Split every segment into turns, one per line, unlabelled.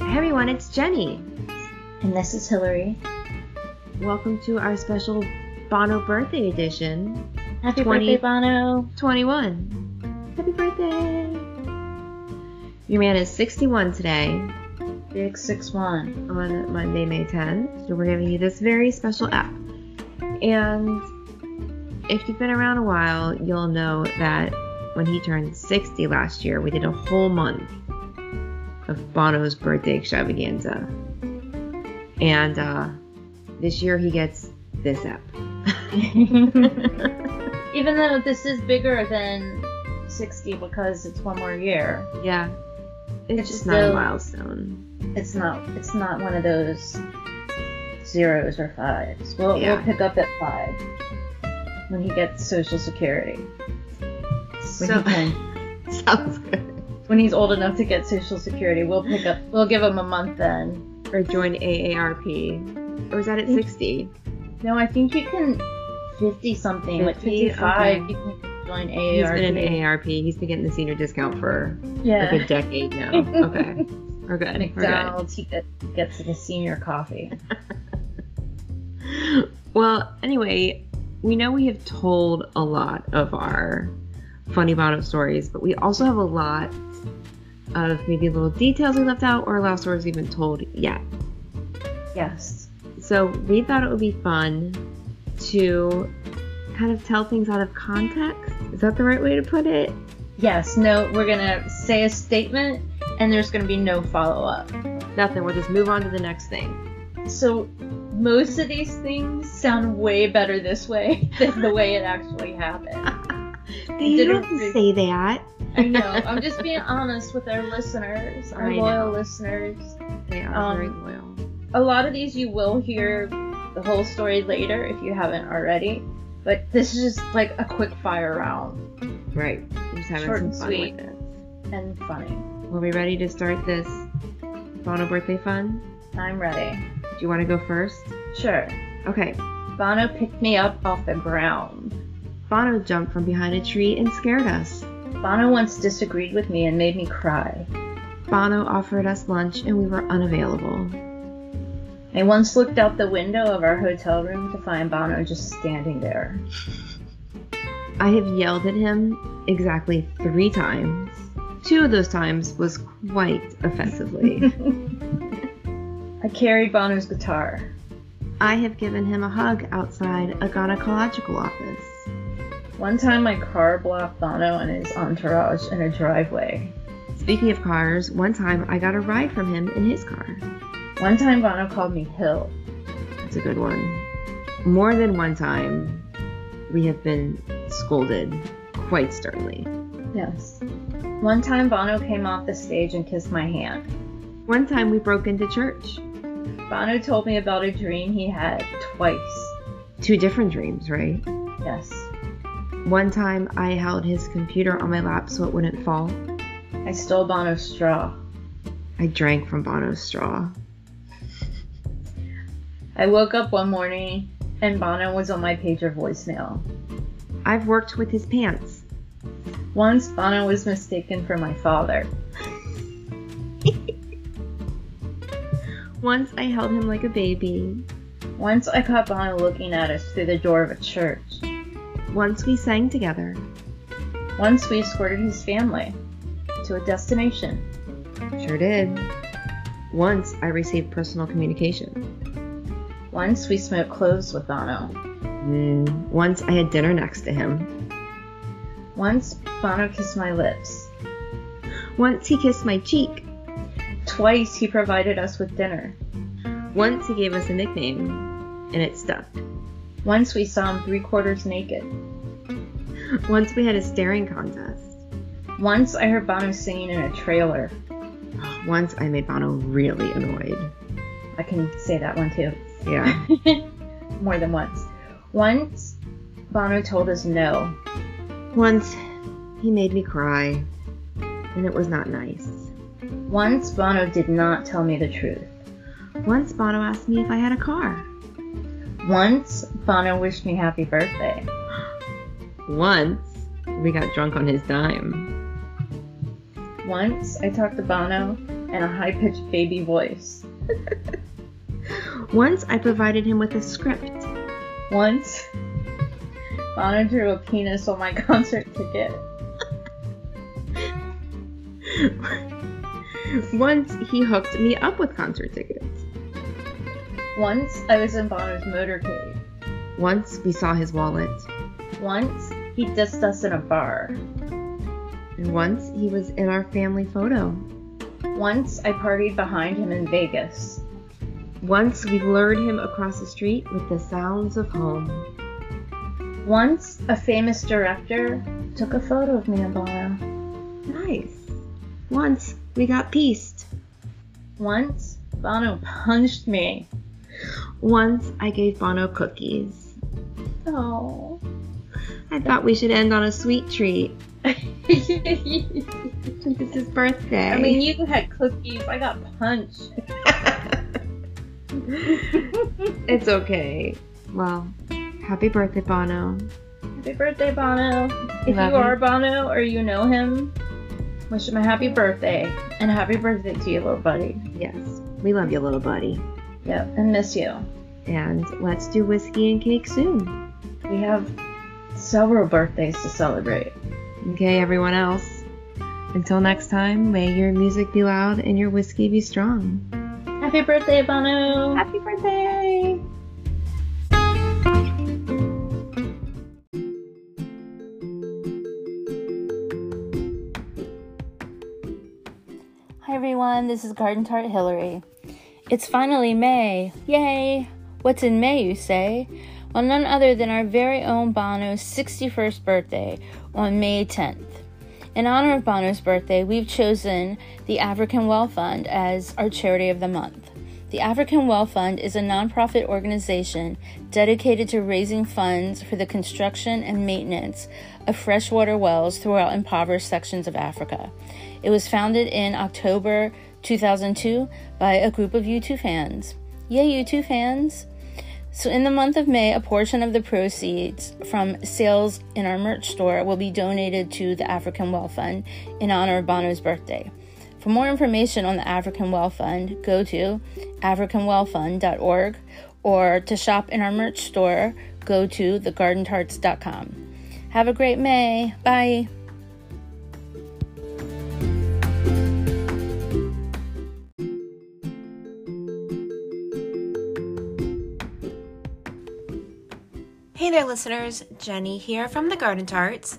everyone, it's Jenny.
And this is Hillary.
Welcome to our special Bono birthday edition
Happy
20.
birthday, Bono.
21. Happy birthday! Your man is 61 today
Big 6'1.
on Monday, May 10th. So we're giving you this very special app. And if you've been around a while, you'll know that when he turned 60 last year, we did a whole month of Bono's birthday extravaganza. And uh, this year he gets this app.
Even though this is bigger than 60 because it's one more year,
yeah. It's,
It's
just not a
still-
milestone.
it's not it's not one of those zeros or fives. We'll,
Yeah.
we'll pick up at five when he gets Social Security. When,
So,
he can,
sounds good.
when he's old enough to get Social Security, we'll pick up. We'll give him a month then.
Or join AARP. Or is that at 60?
No, I think you can 50 something like
50?
55.
Okay.
You can join
He's
AARP.
been in AARP. He's been getting the senior discount for
yeah.
like a decade now. Okay. We're good. We're
McDonald's, he get, gets the senior coffee.
good. Well, anyway, we know we have told a lot of our funny bottom stories, but we also have a lot of maybe little details we left out or a lot of stories we've been told yet.
Yes.
So we thought it would be fun to kind of tell things out of context. Is that the right way to put it?
Yes, no, we're going to say a statement and there's going to be no follow up.
Nothing. We'll just move on to the next thing.
So most of these things sound way better this way than the way it actually happened.
You
did
don't
it
have to
big.
say that.
I know. I'm just being honest with our listeners, our
I
loyal
know.
listeners.
They are
Um,
very loyal.
A lot of these you will hear the whole story later if you haven't already, but this is just like a quick fire round
Right. We're just having
Short
some
and
fun
sweet.
with it.
and funny.
Were we ready to start this Bono birthday fun?
I'm ready.
Do you want to go first?
Sure.
Okay.
Bono picked me up off the ground.
Bono jumped from behind a tree and scared us.
Bono once disagreed with me and made me cry.
Bono offered us lunch and we were unavailable.
I once looked out the window of our hotel room to find Bono just standing there.
I have yelled at him exactly three times. Two of those times was quite offensively.
I carried Bono's guitar.
I have given him a hug outside a gynecological office.
One time my car blocked Bono and his entourage in a driveway.
Speaking of cars, one time I got a ride from him in his car.
One time Bono called me Hill.
That's a good one. More than one time, we have been scolded quite sternly.
Yes. One time Bono came off the stage and kissed my hand.
One time we broke into church.
Bono told me about a dream he had twice.
Two different dreams, right?
Yes.
One time I held his computer on my lap so it wouldn't fall.
I stole Bono's straw.
I drank from Bono's straw.
I woke up one morning and Bono was on my pager voicemail.
I've worked with his pants.
Once Bono was mistaken for my father.
Once I held him like a baby.
Once I caught Bono looking at us through the door of a church.
Once we sang together.
Once we escorted his family to a destination.
Sure did. Once I received personal communication.
Once we smoked cloves with Bono.
Mm, Once I had dinner next to him.
Once Bono kissed my lips.
Once he kissed my cheek.
Twice he provided us with dinner.
Once he gave us a nickname, and it stuck.
Once we saw him three quarters naked.
Once we had a staring contest.
Once I heard Bono singing in a trailer.
Once I made Bono really annoyed.
I can say that one too.
Yeah.
More than once. Once Bono told us no.
Once he made me cry, and it was not nice.
Once Bono did not tell me the truth.
Once Bono asked me if I had a car.
Once Bono wished me happy birthday.
Once we got drunk on his dime.
Once I talked to Bono
and a high pitched baby voice.
Once I provided him with a script.
Once, Bono drew a penis on my concert ticket.
Once he hooked me up with concert tickets.
Once, I was in Bono's motorcade.
Once we saw his wallet.
Once, he dissed us in a bar.
And once he was in our family photo.
Once, I partied behind him in Vegas.
Once we lured him across the street with the sounds of home.
Once, a famous director took a photo of me and Bono.
Nice. Once we got pieced.
Once, Bono punched me.
Once I gave Bono cookies.
Oh.
I thought we should end on a sweet treat. Since it's his birthday.
I mean, you had cookies. I got punched.
it's okay. Well, happy birthday, Bono.
Happy birthday, Bono. If
Love
you
you.
are Bono or you know him, wish him a happy birthday. And happy birthday to you, little buddy.
Yes, we love you, little buddy.
Yep, and miss you.
And let's do whiskey and cake soon.
We have several birthdays to celebrate.
Okay, everyone else. Until next time, may your music be loud and your whiskey be strong.
Happy birthday, Bono!
Happy birthday!
Hi everyone, this is Garden Tart Hillary. It's finally May. Yay! What's in May, you say? Well, none other than our very own Bono's 61st birthday on May 10th. In honor of Bono's birthday, we've chosen the African Well Fund as our charity of the month. The African Well Fund is a nonprofit organization dedicated to raising funds for the construction and maintenance of freshwater wells throughout impoverished sections of Africa. It was founded in October 2002 by a group of U2 fans. Yay, U2 fans! So, in the month of May, a portion of the proceeds from sales in our merch store will be donated to the African Well Fund in honor of Bono's birthday. For more information on the African Well Fund, go to africanwellfund.org or to shop in our merch store, go to thegardentarts.com. Have a great May. Bye.
Hey there, listeners. Jenny here from the Garden Tarts.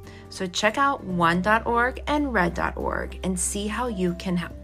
So check out one.org and red.org and see how you can help.